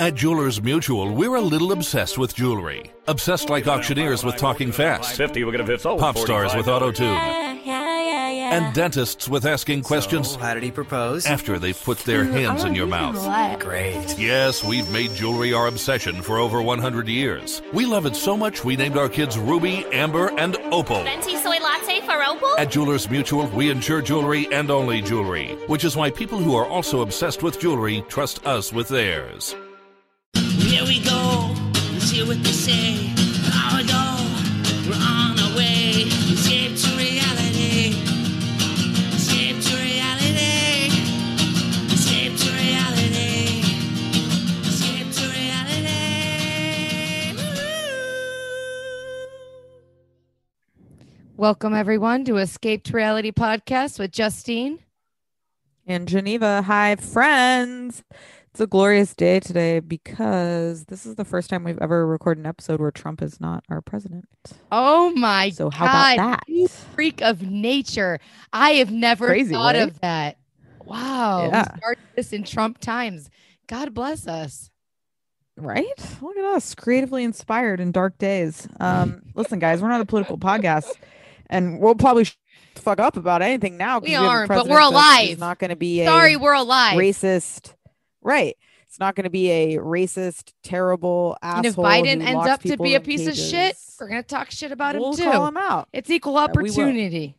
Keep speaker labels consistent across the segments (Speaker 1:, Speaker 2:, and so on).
Speaker 1: At Jewelers Mutual, we're a little obsessed with jewelry. Obsessed like auctioneers with talking fast,
Speaker 2: 50, we'll get a fifth sold.
Speaker 1: pop stars with auto tune,
Speaker 3: Yeah, yeah, yeah, yeah.
Speaker 1: and dentists with asking questions
Speaker 4: So, how did he propose?
Speaker 1: after they've put their hands in your mouth.
Speaker 4: Great.
Speaker 1: Yes, we've made jewelry our obsession for over 100 years. We love it so much we named our kids Ruby, Amber, and Opal.
Speaker 3: Venti soy latte for Opal?
Speaker 1: At Jewelers Mutual, we insure jewelry and only jewelry, which is why people who are also obsessed with jewelry trust us with theirs.
Speaker 5: Here we go, let's hear what they say. Power go, we're on our way. Escape to reality. Escape to reality. Escape to reality. Escape to reality. Woo-hoo.
Speaker 6: Welcome, everyone, to Escape to Reality podcast with Justine.
Speaker 7: in Geneva. Hi, friends. It's a glorious day today because this is the first time we've ever recorded an episode where Trump is not our president.
Speaker 6: Oh my
Speaker 7: So, how
Speaker 6: God,
Speaker 7: about
Speaker 6: you
Speaker 7: that?
Speaker 6: freak of nature! I have never
Speaker 7: Crazy,
Speaker 6: thought
Speaker 7: right?
Speaker 6: of that. Wow,
Speaker 7: Yeah.
Speaker 6: we started this in Trump times. God bless us.
Speaker 7: Right? Look at us, creatively inspired in dark days. Um, listen, guys, we're not a political podcast, and we'll probably sh- fuck up about anything now. 'cause
Speaker 6: We
Speaker 7: have a
Speaker 6: aren't, but
Speaker 7: president
Speaker 6: we're
Speaker 7: that is
Speaker 6: alive.
Speaker 7: Not going to be a
Speaker 6: Sorry, we're alive.
Speaker 7: racist. Right. It's not going to be a racist, terrible asshole.
Speaker 6: and if Biden
Speaker 7: who
Speaker 6: ends
Speaker 7: locks
Speaker 6: up to
Speaker 7: people
Speaker 6: be a
Speaker 7: in
Speaker 6: piece of shit,
Speaker 7: cages,
Speaker 6: we're gonna talk shit about
Speaker 7: we'll
Speaker 6: him too.
Speaker 7: call him out.
Speaker 6: It's equal
Speaker 7: we will.
Speaker 6: opportunity.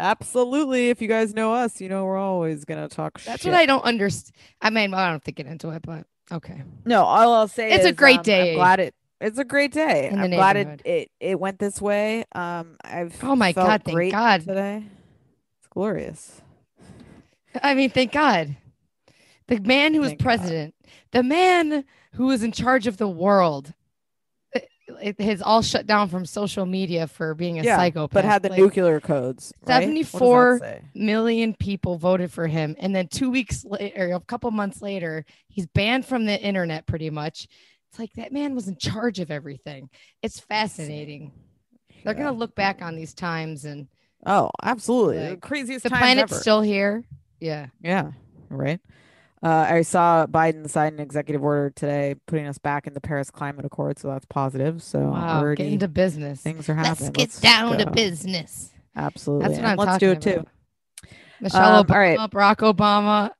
Speaker 7: Absolutely. If you guys know us, you know we're always gonna talk
Speaker 6: That's
Speaker 7: shit.
Speaker 6: what I don't understand. I mean, well, I don't have to get into it, but okay.
Speaker 7: No, all I'll say
Speaker 6: It's a
Speaker 7: is,
Speaker 6: great
Speaker 7: um,
Speaker 6: day
Speaker 7: I'm glad it it's a great day.
Speaker 6: in the
Speaker 7: I'm glad
Speaker 6: neighborhood.
Speaker 7: it, it it went this way. Um I've
Speaker 6: Oh my
Speaker 7: felt
Speaker 6: God, thank
Speaker 7: great
Speaker 6: God.
Speaker 7: today. It's glorious.
Speaker 6: I mean, thank God. The man who was
Speaker 7: Thank God.
Speaker 6: president, the man who was in charge of the world, it- it has all shut down from social media for being a psychopath.
Speaker 7: But had the
Speaker 6: Like,
Speaker 7: nuclear codes. right? What does that
Speaker 6: 74
Speaker 7: say?
Speaker 6: million people voted for him, and then two weeks later, a couple months later, he's banned from the internet pretty much. It's like that man was in charge of everything. It's fascinating. They're
Speaker 7: Yeah.
Speaker 6: gonna look back on these times, and
Speaker 7: Oh, absolutely. The
Speaker 6: like,
Speaker 7: craziest
Speaker 6: the
Speaker 7: times
Speaker 6: planet's
Speaker 7: ever.
Speaker 6: still here. Yeah.
Speaker 7: Yeah, right. Uh, I saw Biden sign an executive order today, putting us back in the Paris Climate Accord, so that's positive. So
Speaker 6: Wow.
Speaker 7: already
Speaker 6: Get into business.
Speaker 7: things are
Speaker 3: Let's
Speaker 7: happening.
Speaker 3: get down to
Speaker 7: go.
Speaker 3: business.
Speaker 7: Absolutely.
Speaker 6: That's what
Speaker 7: and
Speaker 6: I'm
Speaker 7: let's
Speaker 6: talking
Speaker 7: do it too.
Speaker 6: about. Michelle
Speaker 7: Um, all right.
Speaker 6: Obama, Barack Obama.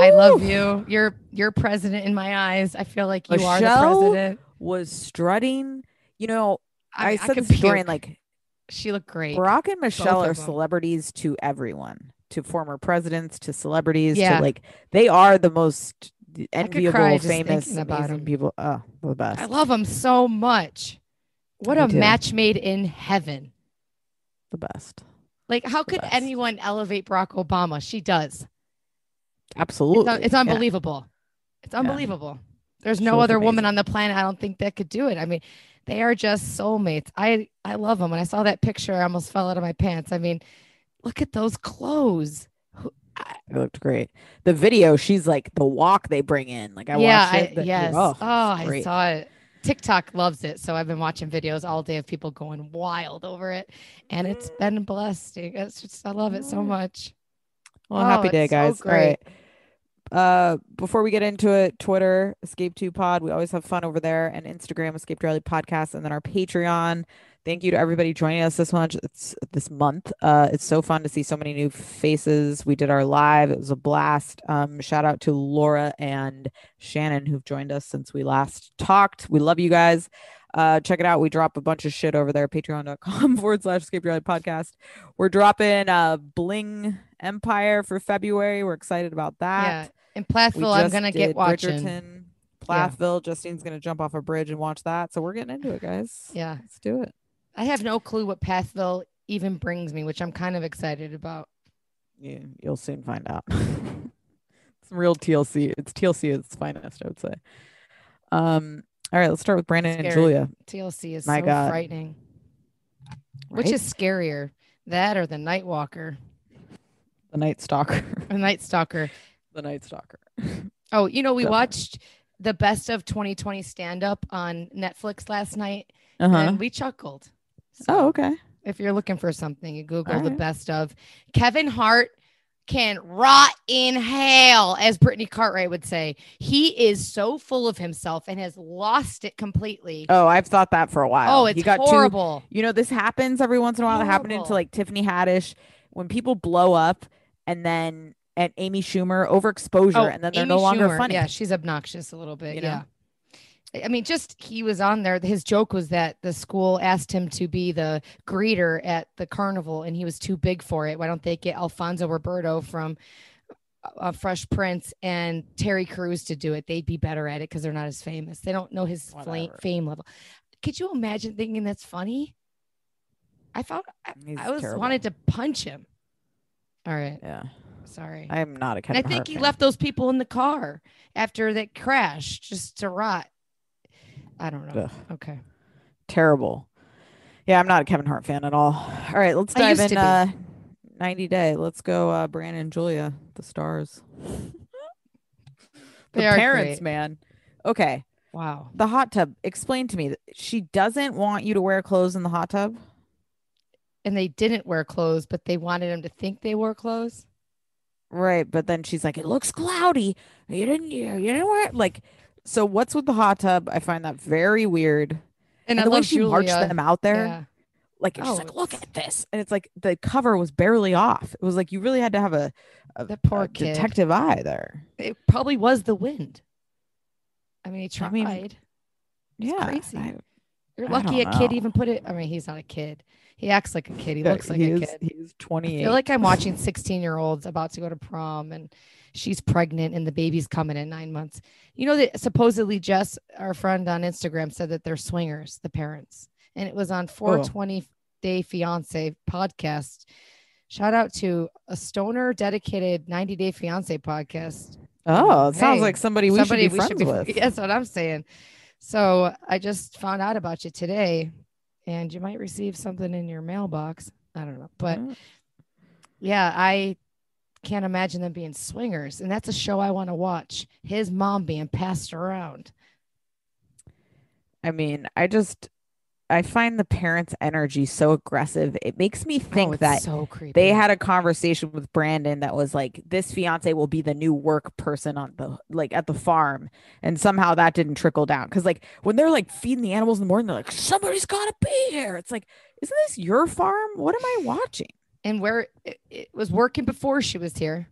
Speaker 6: I love
Speaker 7: Woo!
Speaker 6: you. You're you're president in my eyes. I feel like you are the
Speaker 7: Michelle?
Speaker 6: president.
Speaker 7: Was strutting. You know, I,
Speaker 6: mean,
Speaker 7: said
Speaker 6: could
Speaker 7: this to Dorian,
Speaker 6: puke.
Speaker 7: like
Speaker 6: she looked great.
Speaker 7: Barack and Michelle
Speaker 6: of
Speaker 7: are
Speaker 6: them.
Speaker 7: celebrities to everyone, to former presidents, to celebrities,
Speaker 6: Yeah.
Speaker 7: to like they are the most
Speaker 6: could
Speaker 7: enviable,
Speaker 6: cry just
Speaker 7: famous,
Speaker 6: thinking about
Speaker 7: amazing
Speaker 6: him.
Speaker 7: people. Oh, the best.
Speaker 6: I love him so much. What
Speaker 7: Me
Speaker 6: a
Speaker 7: too.
Speaker 6: match made in heaven.
Speaker 7: the best.
Speaker 6: Like how could
Speaker 7: best.
Speaker 6: anyone elevate Barack Obama? She does. It's,
Speaker 7: Absolutely.
Speaker 6: un- it's
Speaker 7: yeah.
Speaker 6: unbelievable. It's unbelievable. There's no
Speaker 7: She was
Speaker 6: other woman
Speaker 7: amazing.
Speaker 6: on the planet I don't think that could do it. I mean, they are just soulmates. I I love them. When I saw that picture, I almost fell out of my pants. I mean, look at those clothes.
Speaker 7: It looked great. The video, she's like the walk they bring in. Like I
Speaker 6: yeah,
Speaker 7: watched it.
Speaker 6: I,
Speaker 7: the-
Speaker 6: yes.
Speaker 7: Oh,
Speaker 6: Oh,
Speaker 7: it's
Speaker 6: I
Speaker 7: great.
Speaker 6: saw it. TikTok loves it, so I've been watching videos all day of people going wild over it, and it's
Speaker 7: Mm.
Speaker 6: been blessing. It's just I love it so much.
Speaker 7: Well,
Speaker 6: Oh,
Speaker 7: happy day,
Speaker 6: it's so
Speaker 7: guys. All
Speaker 6: great.
Speaker 7: right. Uh, before we get into it, Twitter Escape Two Pod. We always have fun over there, and Instagram Escape to Rally Podcast, and then our Patreon. Thank you to everybody joining us this month. It's this month. Uh, it's so fun to see so many new faces. We did our live; it was a blast. Um, shout out to Laura and Shannon who've joined us since we last talked. We love you guys. Uh, check it out. We drop a bunch of shit over there. Patreon.com forward slash Escape Your Life Podcast. We're dropping uh, Bling Empire for February. We're excited about
Speaker 6: Yeah,
Speaker 7: that.
Speaker 6: in
Speaker 7: We
Speaker 6: Plathville, I'm
Speaker 7: just
Speaker 6: gonna get
Speaker 7: did
Speaker 6: watching.
Speaker 7: Bridgerton, Plathville. Justine's gonna jump off a bridge and watch that. So we're getting into it, guys.
Speaker 6: Yeah,
Speaker 7: Let's do it.
Speaker 6: I have no clue what Plathville even brings me, which I'm kind of excited about.
Speaker 7: Yeah, you'll soon find out. Some real TLC. It's TLC at its finest, I would say. Um, all right, let's start with Brandon and
Speaker 6: Scared.
Speaker 7: Julia.
Speaker 6: TLC is
Speaker 7: My
Speaker 6: so
Speaker 7: God.
Speaker 6: frightening. Which
Speaker 7: right?
Speaker 6: is scarier, that or the Night Walker,
Speaker 7: the Night Stalker.
Speaker 6: the Night Stalker?
Speaker 7: the Night Stalker.
Speaker 6: Oh, you know, we
Speaker 7: Definitely.
Speaker 6: watched the best of 2020 stand up on Netflix last night
Speaker 7: Uh
Speaker 6: and um, we chuckled. So
Speaker 7: Oh, okay.
Speaker 6: if you're looking for something, you Google
Speaker 7: All
Speaker 6: the
Speaker 7: right.
Speaker 6: best of Kevin Hart can rot in hell, as Brittany Cartwright would say. He is so full of himself and has lost it completely.
Speaker 7: Oh, I've thought that for a while.
Speaker 6: Oh, it's horrible.
Speaker 7: Too, you know, this happens every once in a while. It happened to
Speaker 6: Horrible.
Speaker 7: like Tiffany Haddish when people blow up and then and Amy Schumer overexposure and then they're no
Speaker 6: Oh, Amy
Speaker 7: longer
Speaker 6: Schumer.
Speaker 7: funny.
Speaker 6: Yeah, she's obnoxious a little bit.
Speaker 7: You know?
Speaker 6: yeah. I- I mean, just he was on there. His joke was that the school asked him to be the greeter at the carnival and he was too big for it. Why don't they get Alfonso Roberto from uh, Fresh Prince and Terry Crews to do it? They'd be better at it because they're not as famous. They don't know his fla-
Speaker 7: Whatever.
Speaker 6: fame level. Could you imagine thinking that's funny? I found I,
Speaker 7: He's
Speaker 6: I was
Speaker 7: terrible.
Speaker 6: wanted to punch him. All right.
Speaker 7: Yeah.
Speaker 6: Sorry.
Speaker 7: I am not a Kevin
Speaker 6: And I think
Speaker 7: Hart
Speaker 6: he
Speaker 7: fan.
Speaker 6: left those people in the car after that crash just to rot. I don't know.
Speaker 7: Ugh,
Speaker 6: Okay.
Speaker 7: terrible. Yeah, I'm not a Kevin Hart fan at all. All right, let's
Speaker 6: I
Speaker 7: dive
Speaker 6: used
Speaker 7: in
Speaker 6: to be.
Speaker 7: uh 90 day. Let's go uh Brandon and Julia, the stars. the
Speaker 6: They are
Speaker 7: parents,
Speaker 6: great.
Speaker 7: man. Okay.
Speaker 6: Wow.
Speaker 7: The hot tub. Explain to me. that She doesn't want you to wear clothes in the hot tub.
Speaker 6: And they didn't wear clothes, but they wanted him to think they wore clothes.
Speaker 7: Right. But then she's like, it looks cloudy. You didn't you, you didn't wear it. Like, so what's with the hot tub? I find that very weird.
Speaker 6: And, I
Speaker 7: the way
Speaker 6: love
Speaker 7: she
Speaker 6: Julia.
Speaker 7: marched them out there.
Speaker 6: Yeah.
Speaker 7: Like she's
Speaker 6: Oh,
Speaker 7: like, look
Speaker 6: it's-
Speaker 7: at this. And it's like the cover was barely off. It was like you really had to have a, a,
Speaker 6: The
Speaker 7: a
Speaker 6: poor kid.
Speaker 7: uh, detective eye there.
Speaker 6: It probably was the wind. I mean, he
Speaker 7: I
Speaker 6: tried.
Speaker 7: mean,
Speaker 6: It's
Speaker 7: yeah.
Speaker 6: crazy.
Speaker 7: I-
Speaker 6: You're
Speaker 7: I
Speaker 6: lucky a
Speaker 7: don't
Speaker 6: kid
Speaker 7: know.
Speaker 6: even put it. I mean, he's not a kid. He acts like a kid. He
Speaker 7: yeah,
Speaker 6: looks like
Speaker 7: he
Speaker 6: a
Speaker 7: is,
Speaker 6: kid.
Speaker 7: He's 28.
Speaker 6: I feel like I'm watching 16 year olds about to go to prom and she's pregnant and the baby's coming in nine months. You know that supposedly Jess, our friend on Instagram, said that they're swingers, the parents. And it was on
Speaker 7: Oh.
Speaker 6: 420 Day Fiance podcast. Shout out to a stoner dedicated 90 Day Fiance podcast.
Speaker 7: oh, it sounds
Speaker 6: hey,
Speaker 7: like somebody we
Speaker 6: Somebody
Speaker 7: should be
Speaker 6: we
Speaker 7: friends
Speaker 6: should be
Speaker 7: with.
Speaker 6: That's what I'm saying. So I just found out about you today and you might receive something in your mailbox. I don't know, but
Speaker 7: Mm.
Speaker 6: yeah, I can't imagine them being swingers. And that's a show I want to watch. His mom being passed around.
Speaker 7: I mean, I just I find the parents' energy so aggressive. It makes me think
Speaker 6: oh, it's
Speaker 7: that
Speaker 6: so creepy.
Speaker 7: they had a conversation with Brandon that was like, "This fiance will be the new work person on the like at the farm," and somehow that didn't trickle down because like when they're like feeding the animals in the morning, they're like, "Somebody's got to be here." It's like, isn't this your farm? What am I watching?
Speaker 6: and where it, it was working before she was here.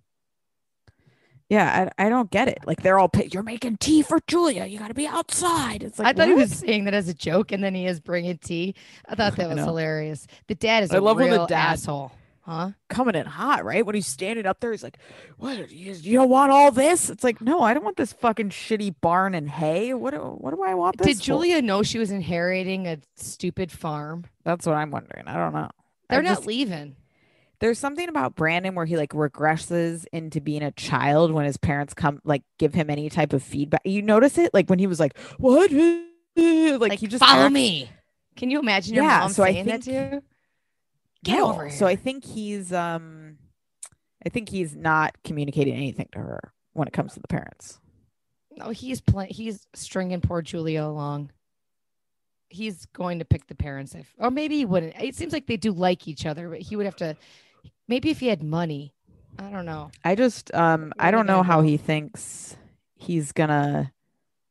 Speaker 7: Yeah, I, I don't get it. Like they're all pi- you're making tea for Julia. You got to be outside. It's like
Speaker 6: I thought he
Speaker 7: what?
Speaker 6: was saying that as a joke, and then he is bringing tea. I thought
Speaker 7: I
Speaker 6: that was
Speaker 7: know.
Speaker 6: hilarious. The dad is
Speaker 7: I
Speaker 6: a
Speaker 7: love when the
Speaker 6: real
Speaker 7: dad-
Speaker 6: asshole, huh?
Speaker 7: coming in hot, right? When he's standing up there, he's like, "What? You, you don't want all this?" It's like, no, I don't want this fucking shitty barn and hay. What? do- What do I want this?
Speaker 6: Did
Speaker 7: for?"
Speaker 6: Julia know she was inheriting a stupid farm?
Speaker 7: That's what I'm wondering. I don't know. I
Speaker 6: They're not
Speaker 7: just-
Speaker 6: leaving.
Speaker 7: there's something about Brandon where he like regresses into being a child when his parents come like give him any type of feedback. You notice it like when he was like, "What?" Like,
Speaker 6: Like,
Speaker 7: he just
Speaker 6: follow
Speaker 7: acts-
Speaker 6: me. Can you imagine your
Speaker 7: Yeah,
Speaker 6: mom
Speaker 7: so I
Speaker 6: saying that to
Speaker 7: think-
Speaker 6: you? Get
Speaker 7: No.
Speaker 6: over
Speaker 7: So I
Speaker 6: here.
Speaker 7: think he's um, I think he's not communicating anything to her when it comes to the parents.
Speaker 6: No, he's playing. He's stringing poor Julia along. He's going to pick the parents if, or maybe he wouldn't. It seems like they do like each other, but he would have to. Maybe if he had money, I don't know.
Speaker 7: I just um
Speaker 6: What are
Speaker 7: I don't
Speaker 6: they
Speaker 7: know
Speaker 6: gonna
Speaker 7: how
Speaker 6: do?
Speaker 7: he thinks he's gonna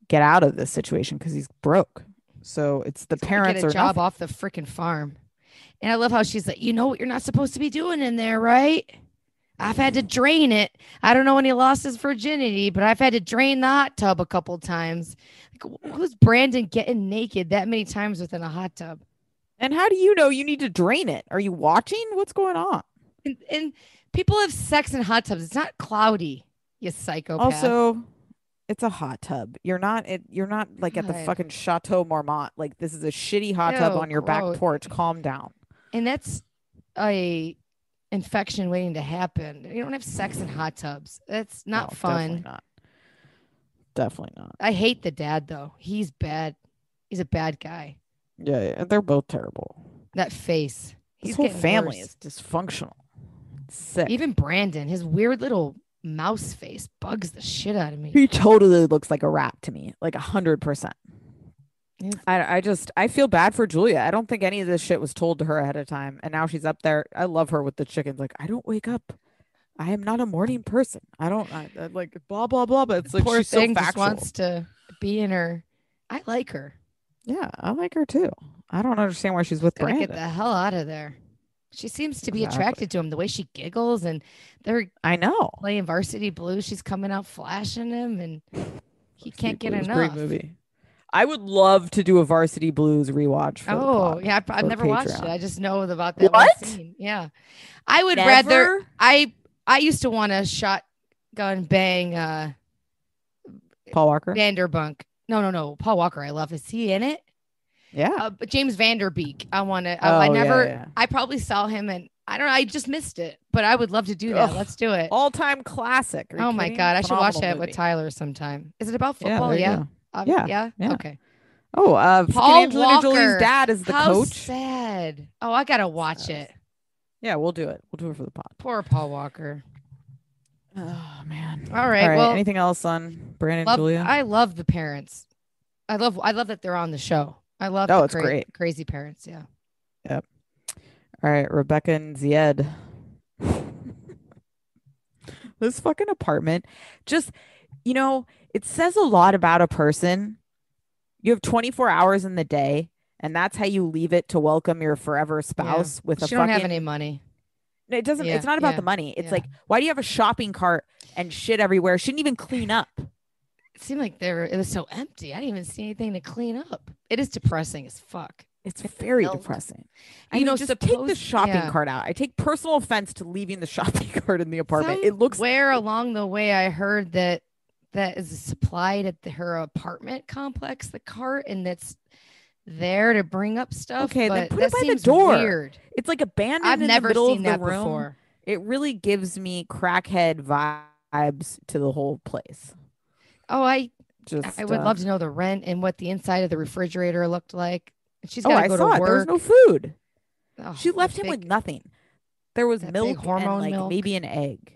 Speaker 7: get out of this situation because he's broke. So it's the
Speaker 6: He'd
Speaker 7: parents
Speaker 6: get
Speaker 7: or
Speaker 6: a job
Speaker 7: nothing.
Speaker 6: off the freaking farm. And I love how she's like, you know what you're not supposed to be doing in there, right? I've had to drain it. I don't know when he lost his virginity, but I've had to drain the hot tub a couple times. Like, wh- who's Brandon getting naked that many times within a hot tub?
Speaker 7: And how do you know you need to drain it? Are you watching? What's going on?
Speaker 6: And, and people have sex in hot tubs. It's not cloudy, you psychopath.
Speaker 7: Also, it's a hot tub. You're not it you're not like at the
Speaker 6: God.
Speaker 7: fucking Chateau Marmont. Like this is a shitty hot tub
Speaker 6: Ew,
Speaker 7: on your
Speaker 6: gross.
Speaker 7: back porch. Calm down.
Speaker 6: and that's a infection waiting to happen. You don't have sex in hot tubs. That's not
Speaker 7: No, Definitely
Speaker 6: fun.
Speaker 7: not. Definitely not.
Speaker 6: I hate the dad though. He's bad. He's a bad guy.
Speaker 7: Yeah, yeah. They're both terrible.
Speaker 6: That face.
Speaker 7: His
Speaker 6: He's
Speaker 7: whole
Speaker 6: getting
Speaker 7: family
Speaker 6: worse.
Speaker 7: is dysfunctional. Sick.
Speaker 6: Even Brandon, his weird little mouse face bugs the shit out of me.
Speaker 7: He totally looks like a rat to me, like a hundred percent.
Speaker 6: Yes.
Speaker 7: I, I just I feel bad for Julia. I don't think any of this shit was told to her ahead of time, and now she's up there. I love her with the chickens. Like I don't wake up. I am not a morning person. I don't I, I like blah blah blah. But it's like
Speaker 6: Poor
Speaker 7: she's
Speaker 6: thing
Speaker 7: so
Speaker 6: just
Speaker 7: factual.
Speaker 6: wants to be in her. I like her.
Speaker 7: yeah, I like her too. I don't understand why she's with
Speaker 6: Gotta
Speaker 7: Brandon.
Speaker 6: get the hell out of there. She seems to be
Speaker 7: Exactly.
Speaker 6: attracted to him. The way she giggles and they're
Speaker 7: I know.
Speaker 6: playing Varsity Blues. She's coming out flashing him, and he
Speaker 7: Varsity
Speaker 6: can't get
Speaker 7: Blues,
Speaker 6: enough.
Speaker 7: Great movie. I would love to do a Varsity Blues rewatch. For the
Speaker 6: Oh
Speaker 7: pod.
Speaker 6: yeah, I've, I've
Speaker 7: for
Speaker 6: never watched it.
Speaker 7: Patreon.
Speaker 6: I just know about that
Speaker 7: What?
Speaker 6: one scene. Yeah, I would rather.
Speaker 7: Never?
Speaker 6: I I used to want to shotgun bang uh
Speaker 7: Paul Walker.
Speaker 6: Vanderbunk. No, no, no. Paul Walker. I love. Is he in it?
Speaker 7: Yeah.
Speaker 6: Uh, but James Vanderbeek. I want to. I, I
Speaker 7: Oh, yeah,
Speaker 6: never.
Speaker 7: yeah.
Speaker 6: I probably saw him, and I don't. know. I just missed it, but I would love to do that.
Speaker 7: Ugh.
Speaker 6: Let's do it.
Speaker 7: All time classic. Are you
Speaker 6: Oh my
Speaker 7: kidding?
Speaker 6: god, I should watch
Speaker 7: Phenomenal
Speaker 6: that
Speaker 7: movie.
Speaker 6: with Tyler sometime. Is it about
Speaker 7: Yeah,
Speaker 6: football?
Speaker 7: there you
Speaker 6: Yeah.
Speaker 7: go.
Speaker 6: Ob-
Speaker 7: Yeah,
Speaker 6: yeah.
Speaker 7: yeah.
Speaker 6: Okay.
Speaker 7: Oh, uh, fucking
Speaker 6: Paul
Speaker 7: Angelina
Speaker 6: Walker.
Speaker 7: Jolie's dad is the
Speaker 6: How
Speaker 7: coach.
Speaker 6: sad. Oh, I gotta watch
Speaker 7: Sad.
Speaker 6: it.
Speaker 7: Yeah, we'll do it. We'll do it for the pod.
Speaker 6: Poor Paul Walker.
Speaker 7: Oh man.
Speaker 6: All right, well-
Speaker 7: anything else on Brandon
Speaker 6: Love-
Speaker 7: and Julia?
Speaker 6: I love the parents. I love. I love that they're on the show. I love.
Speaker 7: Oh,
Speaker 6: the
Speaker 7: it's great.
Speaker 6: Crazy parents. Yeah.
Speaker 7: All right, Rebecca and Zied. this fucking apartment just you know, it says a lot about a person. You have 24 hours in the day, and that's how you leave it to welcome your forever spouse with a
Speaker 6: She
Speaker 7: fucking
Speaker 6: don't have any money.
Speaker 7: No, it doesn't.
Speaker 6: Yeah,
Speaker 7: it's not about
Speaker 6: yeah,
Speaker 7: the money. It's
Speaker 6: yeah.
Speaker 7: like, why do you have a shopping cart and shit everywhere? Shouldn't even clean up.
Speaker 6: It seemed like there. It was so empty. I didn't even see anything to clean up. It is depressing as fuck.
Speaker 7: It's very
Speaker 6: melt.
Speaker 7: depressing.
Speaker 6: You
Speaker 7: I
Speaker 6: know,
Speaker 7: know, just take the
Speaker 6: suppose-
Speaker 7: shopping
Speaker 6: yeah.
Speaker 7: cart out. I take personal offense to leaving the shopping cart in the apartment. it looks
Speaker 6: where along the way I heard that that is supplied at the, her apartment complex, the cart, and that's there to bring up stuff.
Speaker 7: Okay, then
Speaker 6: but
Speaker 7: put
Speaker 6: that
Speaker 7: it by the
Speaker 6: seems
Speaker 7: door.
Speaker 6: Weird.
Speaker 7: it's like abandoned
Speaker 6: I've
Speaker 7: in
Speaker 6: never
Speaker 7: the middle
Speaker 6: seen
Speaker 7: of the
Speaker 6: that
Speaker 7: room.
Speaker 6: before.
Speaker 7: It really gives me crackhead vibes to the whole place.
Speaker 6: Oh, I
Speaker 7: Just uh,
Speaker 6: I would love to know the rent and what the inside of the refrigerator looked like. She's
Speaker 7: oh,
Speaker 6: got to
Speaker 7: I
Speaker 6: go
Speaker 7: saw
Speaker 6: to
Speaker 7: it. There was
Speaker 6: work.
Speaker 7: no food.
Speaker 6: Oh,
Speaker 7: she
Speaker 6: that
Speaker 7: left him with
Speaker 6: big-
Speaker 7: nothing. There was
Speaker 6: that big
Speaker 7: milk
Speaker 6: hormone
Speaker 7: and like
Speaker 6: milk.
Speaker 7: maybe an egg.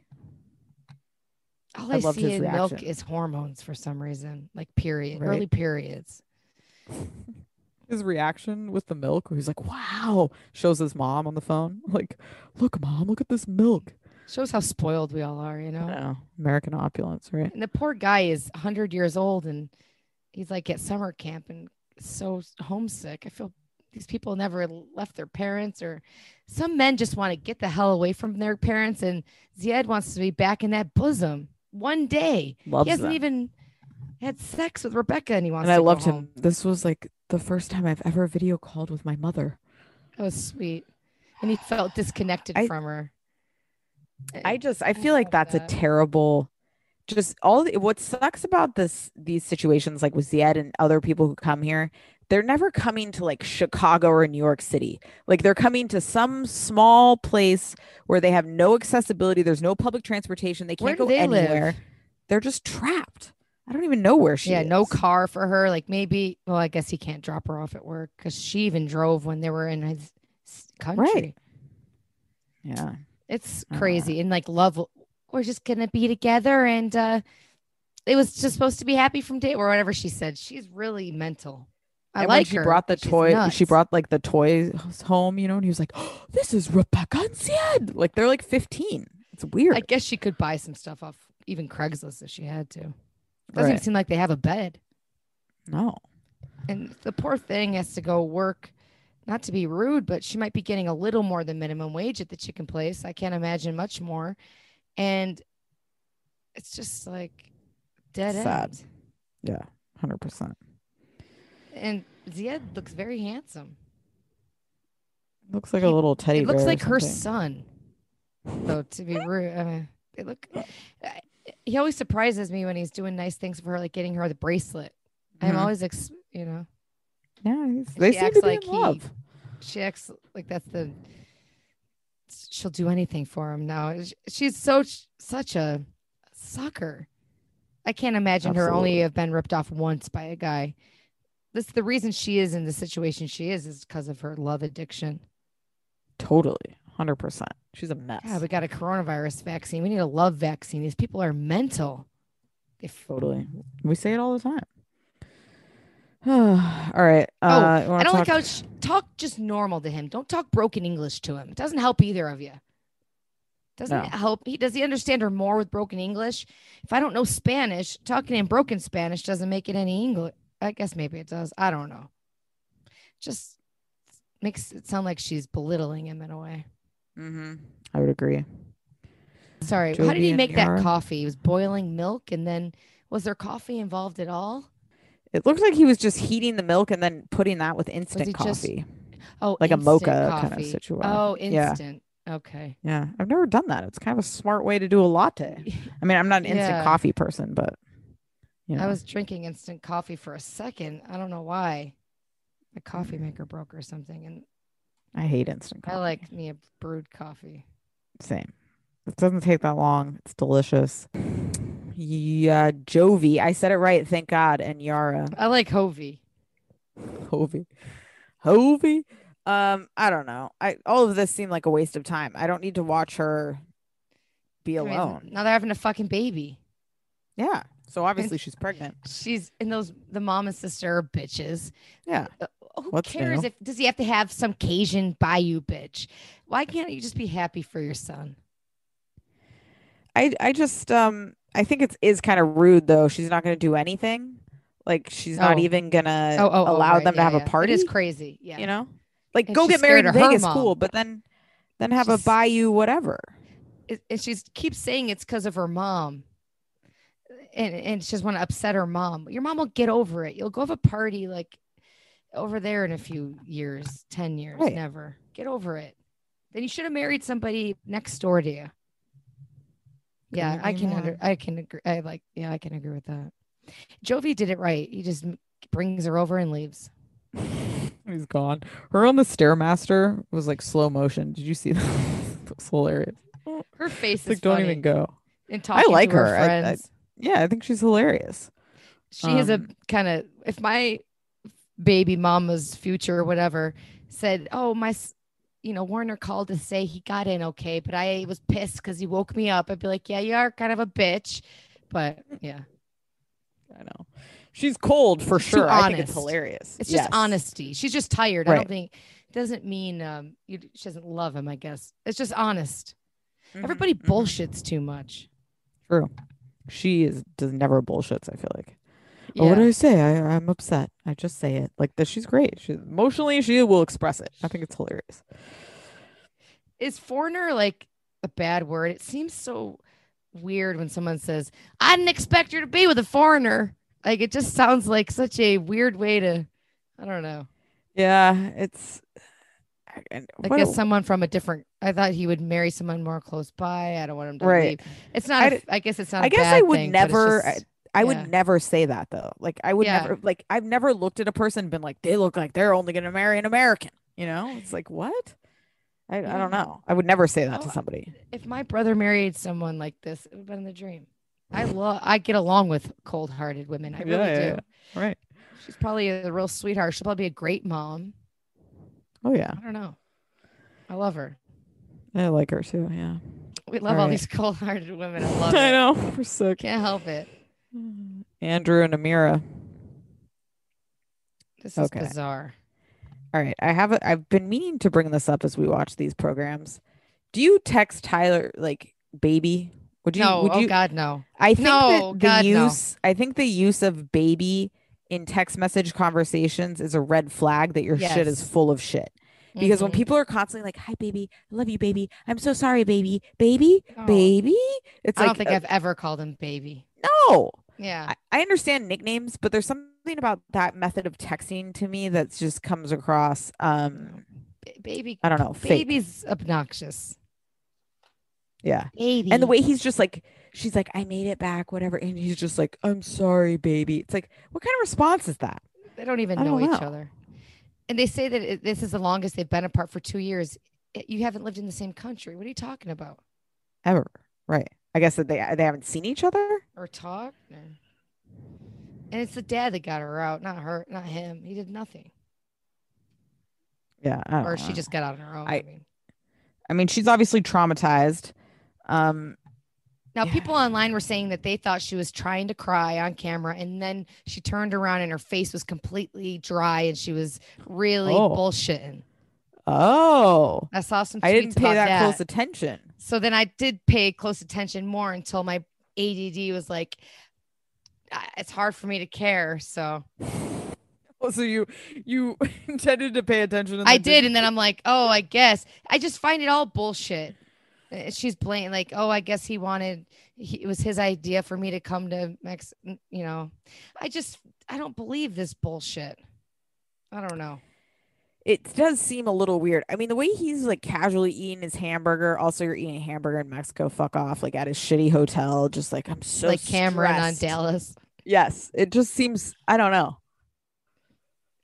Speaker 6: All
Speaker 7: I
Speaker 6: I,
Speaker 7: loved
Speaker 6: see
Speaker 7: his
Speaker 6: in milk
Speaker 7: reaction.
Speaker 6: is hormones for some reason, like period,
Speaker 7: Right.
Speaker 6: early periods.
Speaker 7: his reaction with the milk where he's like wow shows his mom on the phone like look mom look at this milk
Speaker 6: Shows how spoiled we all are, you know.
Speaker 7: oh. american opulence right
Speaker 6: And the poor guy is 100 years old and he's like at summer camp and so homesick. I feel these people never left their parents, or some men just want to get the hell away from their parents. And Ziad wants to be back in that bosom one day.
Speaker 7: loves
Speaker 6: he hasn't
Speaker 7: them.
Speaker 6: even had sex with Rebecca and he wants
Speaker 7: and i
Speaker 6: to go
Speaker 7: loved
Speaker 6: home.
Speaker 7: him this was like the first time i've ever video called with my mother
Speaker 6: That was sweet. And he felt disconnected
Speaker 7: I-
Speaker 6: from her. Eh,
Speaker 7: i just i
Speaker 6: I
Speaker 7: feel like
Speaker 6: love
Speaker 7: that's
Speaker 6: that.
Speaker 7: a terrible just all the, what sucks about this these situations like with Ziad and other people who come here they're never coming to like Chicago or New York City. Like they're coming to some small place where they have no accessibility. There's no public transportation. They can't
Speaker 6: Where do
Speaker 7: go
Speaker 6: they
Speaker 7: anywhere.
Speaker 6: live?
Speaker 7: They're just trapped. I don't even know where she
Speaker 6: yeah,
Speaker 7: is.
Speaker 6: no car for her. Like maybe, well, I guess he can't drop her off at work because she even drove when they were in his s- country.
Speaker 7: Yeah.
Speaker 6: It's
Speaker 7: Uh.
Speaker 6: crazy. and like love, we're just gonna be together, and uh it was just supposed to be happy from day or whatever she said. She's really mental. I
Speaker 7: and when
Speaker 6: like
Speaker 7: she
Speaker 6: her,
Speaker 7: brought the
Speaker 6: but she's
Speaker 7: toy she
Speaker 6: nuts.
Speaker 7: brought like the toys home, you know, and he was like, oh, this is Rebecca and Ziad. Like they're like 15. It's weird.
Speaker 6: I guess she could buy some stuff off even Craigslist if she had to. Doesn't even
Speaker 7: Right.
Speaker 6: seem like they have a bed.
Speaker 7: no.
Speaker 6: And the poor thing has to go work. Not to be rude, but she might be getting a little more than minimum wage at the chicken place. I can't imagine much more. And it's just like dead
Speaker 7: Sad.
Speaker 6: end.
Speaker 7: Yeah. 100%.
Speaker 6: And Ziad looks very handsome.
Speaker 7: Looks like a
Speaker 6: He-
Speaker 7: little teddy
Speaker 6: it looks
Speaker 7: bear or
Speaker 6: like her son.
Speaker 7: something.
Speaker 6: Though to be rude, I mean, they look. I- He always surprises me when he's doing nice things for her, like getting her the bracelet. I'm
Speaker 7: Mhm.
Speaker 6: always, ex- you know,
Speaker 7: Yeah, he's- they
Speaker 6: she
Speaker 7: seem
Speaker 6: acts
Speaker 7: to be
Speaker 6: like
Speaker 7: in
Speaker 6: he-
Speaker 7: love.
Speaker 6: she acts like that's the she'll do anything for him now Sh- she's so such a sucker i can't imagine her only
Speaker 7: Absolutely.
Speaker 6: have been ripped off once by a guy that's the reason she is in the situation she is is because of her love addiction
Speaker 7: Totally. 100%. She's a mess.
Speaker 6: yeah we got a coronavirus vaccine we need a love vaccine these people are mental they f-
Speaker 7: totally.
Speaker 6: Mm-hmm.
Speaker 7: We say it all the time. all right. Uh, you wanna
Speaker 6: Oh, I don't like
Speaker 7: talk-
Speaker 6: how sh talk just normal to him. Don't talk broken English to him. It doesn't help either of you. Doesn't
Speaker 7: No.
Speaker 6: it help? He does he understand her more with broken English? If I don't know Spanish, talking in broken Spanish doesn't make it any English. I guess maybe it does. I don't know. Just makes it sound like she's belittling him in a way.
Speaker 7: Mm-hmm. I would agree.
Speaker 6: Sorry, how did
Speaker 7: Jovi
Speaker 6: he
Speaker 7: and
Speaker 6: make
Speaker 7: Yara?
Speaker 6: that coffee? He was boiling milk, and then was there coffee involved at all?
Speaker 7: It looks like he was just heating the milk and then putting that with
Speaker 6: he
Speaker 7: instant
Speaker 6: just-
Speaker 7: coffee.
Speaker 6: Oh,
Speaker 7: Like a
Speaker 6: instant
Speaker 7: mocha kind of
Speaker 6: coffee.
Speaker 7: situation.
Speaker 6: Oh,
Speaker 7: Yeah.
Speaker 6: instant. Okay.
Speaker 7: Yeah, I've never done that. It's kind of a smart way to do a latte. I mean, I'm not an instant
Speaker 6: Yeah.
Speaker 7: coffee person, but you know.
Speaker 6: I was drinking instant coffee for a second. I don't know why. The coffee maker broke or something, and
Speaker 7: I hate instant Mm. coffee.
Speaker 6: I like me a brewed coffee.
Speaker 7: Same. It doesn't take that long. It's delicious. Yeah, Jovi. I said it right, thank God. And Yara.
Speaker 6: I like Hovey.
Speaker 7: Hovey. Hovey. Um, I don't know. I all of this seemed like a waste of time. I don't need to watch her be
Speaker 6: I mean,
Speaker 7: alone.
Speaker 6: now they're having a fucking baby.
Speaker 7: Yeah. So obviously she's pregnant.
Speaker 6: She's and those the mom and sister are bitches.
Speaker 7: Yeah.
Speaker 6: Uh, Who
Speaker 7: What's
Speaker 6: cares
Speaker 7: new?
Speaker 6: if does he have to have some Cajun bayou bitch? Why can't you just be happy for your son?
Speaker 7: I I just um I think it is kind of rude though. She's not going to do anything. Like she's not
Speaker 6: Oh.
Speaker 7: even gonna
Speaker 6: Oh, oh, oh,
Speaker 7: allow
Speaker 6: right.
Speaker 7: them
Speaker 6: Yeah,
Speaker 7: to have
Speaker 6: yeah.
Speaker 7: a party.
Speaker 6: It is crazy. Yeah.
Speaker 7: you know like
Speaker 6: And
Speaker 7: go
Speaker 6: she's
Speaker 7: get married in
Speaker 6: scared of her
Speaker 7: vegas
Speaker 6: mom.
Speaker 7: cool but then then have a
Speaker 6: She's-
Speaker 7: bayou whatever
Speaker 6: it- and she's keeps saying it's because of her mom and and she just want to upset her mom your mom will get over it you'll go have a party like over there in a few years 10 years
Speaker 7: Right.
Speaker 6: never get over it then you should have married somebody next door to you yeah
Speaker 7: Couldn't
Speaker 6: i
Speaker 7: agree
Speaker 6: can
Speaker 7: more.
Speaker 6: under, i can agree i like yeah i can agree with that jovi did it right he just m- brings her over and leaves
Speaker 7: he's gone her on the stairmaster was like slow motion did you see that it was hilarious
Speaker 6: her face
Speaker 7: It's like
Speaker 6: is
Speaker 7: don't
Speaker 6: funny.
Speaker 7: even go
Speaker 6: and talking
Speaker 7: like
Speaker 6: to her,
Speaker 7: her. I- I-
Speaker 6: friends
Speaker 7: yeah i think she's hilarious
Speaker 6: She is a
Speaker 7: Um,
Speaker 6: kind of if my baby mama's future or whatever said, "Oh, my s- you know, Warner called to say he got in okay, but I was pissed cuz he woke me up." I'd be like, "Yeah, you are kind of a bitch." But yeah,
Speaker 7: i know she's cold for
Speaker 6: She's too
Speaker 7: sure i think it's
Speaker 6: honest.
Speaker 7: hilarious
Speaker 6: it's
Speaker 7: Yes.
Speaker 6: just honesty. She's just tired. I
Speaker 7: Right.
Speaker 6: don't think doesn't mean um you, she doesn't love him, I guess. It's just honest.
Speaker 7: Mhm,
Speaker 6: Everybody
Speaker 7: mhm.
Speaker 6: bullshits too much.
Speaker 7: true she is does never bullshits i feel like
Speaker 6: Yeah.
Speaker 7: oh, what do i say I, i'm upset i just say it like that she's great she emotionally she will express it i think it's hilarious
Speaker 6: is foreigner like a bad word? It seems so weird when someone says, I didn't expect her to be with a foreigner. Like it just sounds like such a weird way to, I don't know.
Speaker 7: Yeah, it's. I- and
Speaker 6: I
Speaker 7: what
Speaker 6: guess
Speaker 7: a-
Speaker 6: someone from a different, I thought he would marry someone more close by. I don't want him to
Speaker 7: Right.
Speaker 6: leave. It's not,
Speaker 7: I
Speaker 6: a- I guess it's not,
Speaker 7: I
Speaker 6: a
Speaker 7: guess
Speaker 6: bad
Speaker 7: I would
Speaker 6: thing, but it's
Speaker 7: never. I,
Speaker 6: just-
Speaker 7: I
Speaker 6: yeah.
Speaker 7: would never say that though. Like I would
Speaker 6: Yeah.
Speaker 7: never. Like I've never looked at a person and been like, they look like they're only going to marry an American. You know, it's like what? I, I
Speaker 6: Yeah.
Speaker 7: don't know. I would never say that
Speaker 6: Oh,
Speaker 7: to
Speaker 6: I-
Speaker 7: somebody.
Speaker 6: if my brother married someone like this, it would have been the dream. I love, I get along with cold hearted women. I
Speaker 7: Yeah,
Speaker 6: really
Speaker 7: yeah,
Speaker 6: do.
Speaker 7: yeah. Right.
Speaker 6: She's probably a real sweetheart. She'll probably be a great mom.
Speaker 7: Oh yeah,
Speaker 6: I don't know. I love her.
Speaker 7: I like her too. Yeah.
Speaker 6: We love
Speaker 7: All
Speaker 6: all,
Speaker 7: right.
Speaker 6: these cold-hearted women. I love
Speaker 7: I
Speaker 6: it.
Speaker 7: know we're so.
Speaker 6: Can't help it.
Speaker 7: Andrew and Amira.
Speaker 6: This is
Speaker 7: Okay.
Speaker 6: bizarre.
Speaker 7: All right, I have. A, I've been meaning to bring this up as we watch these programs. Do you text Tyler like baby? Would you?
Speaker 6: no,
Speaker 7: would
Speaker 6: oh
Speaker 7: you,
Speaker 6: God, no.
Speaker 7: I think
Speaker 6: No,
Speaker 7: that the
Speaker 6: God, no.
Speaker 7: use I think the use of baby in text message conversations is a red flag that your shit is
Speaker 6: Yes.
Speaker 7: full of shit. Because when
Speaker 6: Mhm.
Speaker 7: people are constantly like, "Hi baby, I love you baby. I'm so sorry baby. Baby,
Speaker 6: No.
Speaker 7: baby." It's
Speaker 6: I
Speaker 7: like
Speaker 6: don't think
Speaker 7: uh,
Speaker 6: I've ever called him baby.
Speaker 7: no.
Speaker 6: Yeah,
Speaker 7: I, I understand nicknames, but there's something about that method of texting to me that just comes across um
Speaker 6: Ba- baby.
Speaker 7: I don't know, fake.
Speaker 6: Baby's obnoxious.
Speaker 7: Yeah.
Speaker 6: Baby.
Speaker 7: And the way he's just like she's like, "I made it back, whatever." And he's just like, "I'm sorry baby." It's like, what kind of response is that?
Speaker 6: they don't even
Speaker 7: I
Speaker 6: know
Speaker 7: don't
Speaker 6: each
Speaker 7: know.
Speaker 6: other, and they say that it, this is the longest they've been apart for two years. It- you haven't lived in the same country. What are you talking about?
Speaker 7: ever. Right. I guess that they they haven't seen each other.
Speaker 6: Or talk? or- And it's the dad that got her out, not her, not him. He did nothing,
Speaker 7: Yeah. I don't
Speaker 6: or she
Speaker 7: know.
Speaker 6: just got out on her own.
Speaker 7: Oh, I-
Speaker 6: I mean.
Speaker 7: I mean, she's obviously traumatized. Um.
Speaker 6: Now,
Speaker 7: Yeah.
Speaker 6: people online were saying that they thought she was trying to cry on camera, and then she turned around and her face was completely dry, and she was really
Speaker 7: Oh.
Speaker 6: bullshitting.
Speaker 7: Oh,
Speaker 6: I saw some. Tweets
Speaker 7: I didn't pay
Speaker 6: about
Speaker 7: that, close attention.
Speaker 6: So then I did pay close attention more until my ADD was like, "Ah, it's hard for me to care. So
Speaker 7: Oh, so you you intended to pay attention. and
Speaker 6: I
Speaker 7: then
Speaker 6: did.
Speaker 7: didn't.
Speaker 6: And then I'm like, oh, I guess I just find it all bullshit. Uh, She's blatant, like, oh, I guess he wanted, he, it was his idea for me to come to Mex, n- you know. I just, I don't believe this bullshit. I don't know.
Speaker 7: It does seem a little weird. I mean, the way he's like casually eating his hamburger. Also, you're eating a hamburger in Mexico. Fuck off! Like at his shitty hotel. Just like I'm so
Speaker 6: like Cameron on
Speaker 7: stressed.
Speaker 6: Dallas.
Speaker 7: Yes, it just seems. I don't know.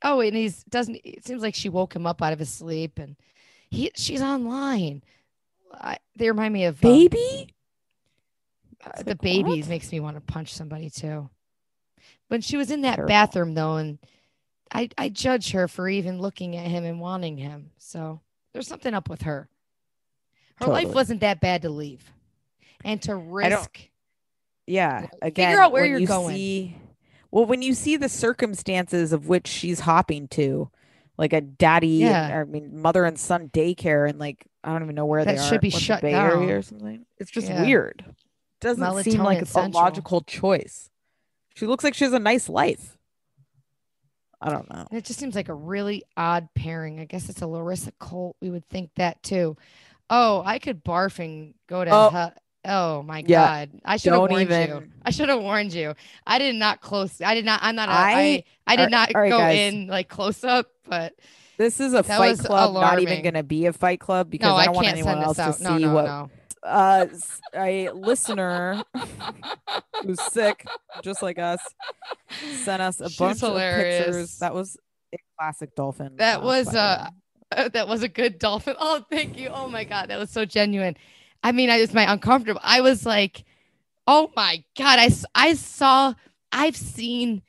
Speaker 6: Oh, and he's doesn't. It seems like she woke him up out of his sleep, and he she's online. I, they remind me of um,
Speaker 7: Baby.
Speaker 6: uh,
Speaker 7: It's
Speaker 6: the
Speaker 7: like,
Speaker 6: baby
Speaker 7: what?
Speaker 6: makes me want to punch somebody too. When she was in that
Speaker 7: Terrible.
Speaker 6: bathroom though, and I I judge her for even looking at him and wanting him. So there's something up with her. Her life
Speaker 7: Totally.
Speaker 6: wasn't that bad to leave, and to risk.
Speaker 7: Yeah.
Speaker 6: Like,
Speaker 7: Again,
Speaker 6: out where
Speaker 7: when
Speaker 6: you're
Speaker 7: you
Speaker 6: going.
Speaker 7: See, well, when you see the circumstances of which she's hopping to, like a daddy,
Speaker 6: Yeah.
Speaker 7: or, I mean, mother and son daycare, and like I don't even know where
Speaker 6: That
Speaker 7: they
Speaker 6: should
Speaker 7: are,
Speaker 6: be
Speaker 7: what, the
Speaker 6: shut
Speaker 7: Bay Area
Speaker 6: down.
Speaker 7: or something. It's just
Speaker 6: Yeah.
Speaker 7: weird. Doesn't seem like
Speaker 6: Melatonin
Speaker 7: it's
Speaker 6: central.
Speaker 7: a logical choice. She looks like she has a nice life. I don't know.
Speaker 6: And it just seems like a really odd pairing. I guess it's a Larissa Colt. We would think that too. Oh, I could barf and go to.
Speaker 7: Oh.
Speaker 6: Oh, oh my
Speaker 7: Yeah.
Speaker 6: God! I should have
Speaker 7: Don't
Speaker 6: warned you.
Speaker 7: even-
Speaker 6: I should have warned you. I did not close. I did not. I'm not. A, I,
Speaker 7: I-
Speaker 6: I did
Speaker 7: Alright-
Speaker 6: not
Speaker 7: alright,
Speaker 6: go
Speaker 7: guys.
Speaker 6: in like close up, but
Speaker 7: This is a
Speaker 6: That
Speaker 7: fight
Speaker 6: was
Speaker 7: club, not even
Speaker 6: alarming.
Speaker 7: going to be a fight club because
Speaker 6: no,
Speaker 7: I
Speaker 6: I,
Speaker 7: don't want
Speaker 6: can't
Speaker 7: anyone
Speaker 6: send
Speaker 7: else
Speaker 6: this
Speaker 7: to
Speaker 6: out.
Speaker 7: see
Speaker 6: no, no,
Speaker 7: what
Speaker 6: no.
Speaker 7: uh, s- a listener who's sick, just like us, sent us a
Speaker 6: She's
Speaker 7: bunch of
Speaker 6: hilarious.
Speaker 7: pictures. That was a classic dolphin.
Speaker 6: That
Speaker 7: uh,
Speaker 6: was,
Speaker 7: by the
Speaker 6: uh,
Speaker 7: way.
Speaker 6: Uh, that was a good dolphin. Oh, thank you. Oh my God. That was so genuine. I mean, I was my uncomfortable. I was like, oh my God. I, s- I saw, I've seen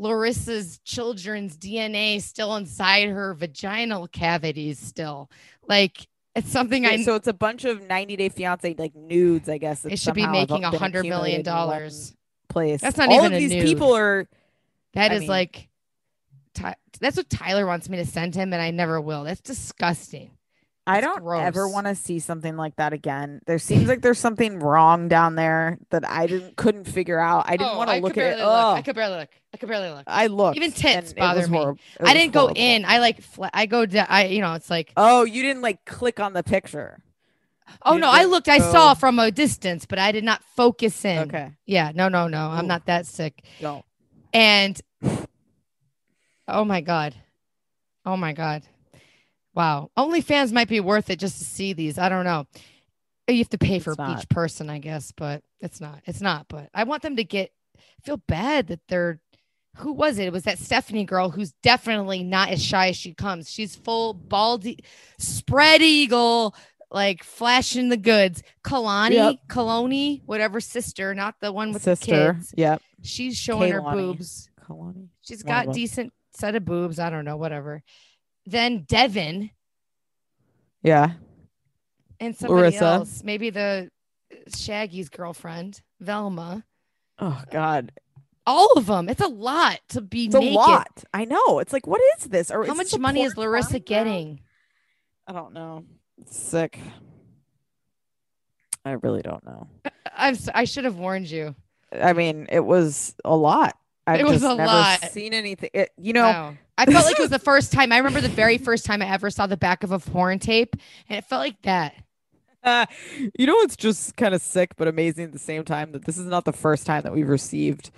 Speaker 6: Larissa's children's DNA still inside her vaginal cavities, still. Like, it's something I
Speaker 7: Yeah, so it's a bunch of 90 Day Fiance like nudes, I guess. that
Speaker 6: it should be
Speaker 7: somehow have
Speaker 6: making
Speaker 7: been
Speaker 6: a hundred million
Speaker 7: accumulated in one
Speaker 6: dollars.
Speaker 7: Place.
Speaker 6: That's not
Speaker 7: All
Speaker 6: even
Speaker 7: of
Speaker 6: a
Speaker 7: these
Speaker 6: nude.
Speaker 7: people are.
Speaker 6: That
Speaker 7: I
Speaker 6: is
Speaker 7: mean-
Speaker 6: like, Ty- that's what Tyler wants me to send him, and I never will. That's disgusting.
Speaker 7: I
Speaker 6: It's
Speaker 7: don't ever
Speaker 6: gross.
Speaker 7: want to see something like that again. There seems like there's something wrong down there that I didn't couldn't figure out. I didn't
Speaker 6: Oh,
Speaker 7: want to
Speaker 6: could
Speaker 7: look at it.
Speaker 6: barely Look. I
Speaker 7: Ugh.
Speaker 6: could barely look. I could barely look.
Speaker 7: I looked.
Speaker 6: Even tits
Speaker 7: and it
Speaker 6: bother
Speaker 7: was
Speaker 6: me.
Speaker 7: horrible. It
Speaker 6: I
Speaker 7: was
Speaker 6: didn't go
Speaker 7: horrible.
Speaker 6: in. I like fla- I go down. I you know it's like
Speaker 7: Oh, you didn't like click on the picture.
Speaker 6: oh
Speaker 7: you
Speaker 6: no I
Speaker 7: didn't
Speaker 6: looked I
Speaker 7: go-
Speaker 6: saw from a distance but I did not focus in.
Speaker 7: Okay.
Speaker 6: Yeah no no no I'm
Speaker 7: Ooh.
Speaker 6: not that sick
Speaker 7: Don't.
Speaker 6: and oh my god oh my god wow OnlyFans might be worth it just to see these I don't know you have to pay for
Speaker 7: It's not.
Speaker 6: each person I guess but it's not it's not but I want them to get feel bad that they're who was it? It was that Stephanie girl who's definitely not as shy as she comes. She's full baldy, spread eagle, like flashing the goods. Kalani,
Speaker 7: Yep.
Speaker 6: Kaloni, whatever sister, not the one with
Speaker 7: Sister.
Speaker 6: the kids.
Speaker 7: Yep.
Speaker 6: She's showing her
Speaker 7: Kalani.
Speaker 6: boobs.
Speaker 7: Kalani.
Speaker 6: She's
Speaker 7: One of
Speaker 6: got
Speaker 7: them.
Speaker 6: decent set of boobs. I don't know, whatever. Then Devin
Speaker 7: Yeah.
Speaker 6: and somebody
Speaker 7: Larissa.
Speaker 6: else, maybe the Shaggy's girlfriend, Velma.
Speaker 7: Oh God.
Speaker 6: All of them. It's a lot to be
Speaker 7: It's
Speaker 6: naked.
Speaker 7: a lot. I know. It's like, what is this? Or
Speaker 6: How
Speaker 7: is
Speaker 6: much
Speaker 7: this a
Speaker 6: money is
Speaker 7: porn
Speaker 6: Larissa
Speaker 7: porn?
Speaker 6: getting?
Speaker 7: I don't know. It's sick. I really don't know.
Speaker 6: I'm. So, I should have warned you.
Speaker 7: I mean, it was a lot. I've
Speaker 6: It was
Speaker 7: just
Speaker 6: a
Speaker 7: never
Speaker 6: lot.
Speaker 7: seen anything. It, you know,
Speaker 6: Wow. I felt like it was the first time. I remember the very first time I ever saw the back of a porn tape, and it felt like that.
Speaker 7: Uh, you know, it's just kind of sick, but amazing at the same time that this is not the first time that we've received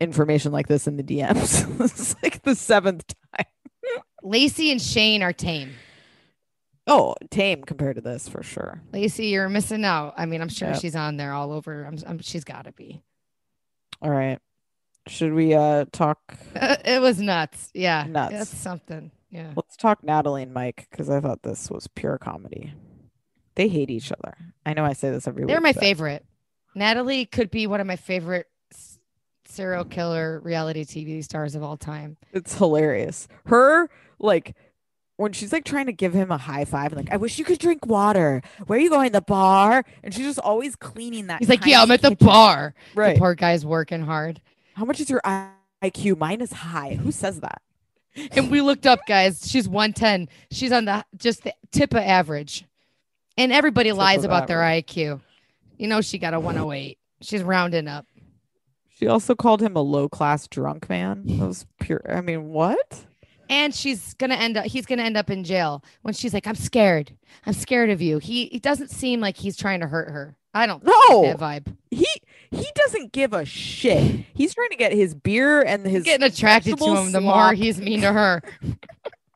Speaker 7: information like this in the DMs. it's like the seventh time.
Speaker 6: Lacey and Shane are tame.
Speaker 7: Oh, tame compared to this for sure.
Speaker 6: Lacey, you're missing out. I mean, I'm sure
Speaker 7: Yep.
Speaker 6: she's on there all over. I'm, I'm, she's got to be.
Speaker 7: All right. Should we uh talk?
Speaker 6: it was nuts. Yeah,
Speaker 7: Nuts.
Speaker 6: That's something. Yeah.
Speaker 7: Let's talk Natalie and Mike because I thought this was pure comedy. They hate each other. I know I say this every
Speaker 6: They're
Speaker 7: week.
Speaker 6: my
Speaker 7: but-
Speaker 6: favorite. Natalie could be one of my favorite s- serial killer reality TV stars of all time.
Speaker 7: It's hilarious. Her like when she's like trying to give him a high five, like I wish you could drink water. Where are you going? The bar? And she's just always cleaning that.
Speaker 6: He's like,
Speaker 7: tiny
Speaker 6: yeah, I'm at the
Speaker 7: kitchen."
Speaker 6: bar.
Speaker 7: Right.
Speaker 6: The poor guy's working hard.
Speaker 7: How much is your I- IQ? Mine is high. Who says that?
Speaker 6: and we looked up guys she's 110 she's on the just the tip of average And everybody
Speaker 7: Tip
Speaker 6: lies
Speaker 7: of
Speaker 6: about their IQ. You know, she got a 108. She's rounding up.
Speaker 7: She also called him a low class drunk man. That was pure. I mean, what?
Speaker 6: And she's gonna end up. He's gonna end up in jail when she's like, "I'm scared. I'm scared of you." He it doesn't seem like he's trying to hurt her. I don't get
Speaker 7: No.
Speaker 6: that vibe.
Speaker 7: He he doesn't give a shit. He's trying to get his beer and his
Speaker 6: Getting attracted to
Speaker 7: vegetable
Speaker 6: him, the more
Speaker 7: slop.
Speaker 6: he's mean to her.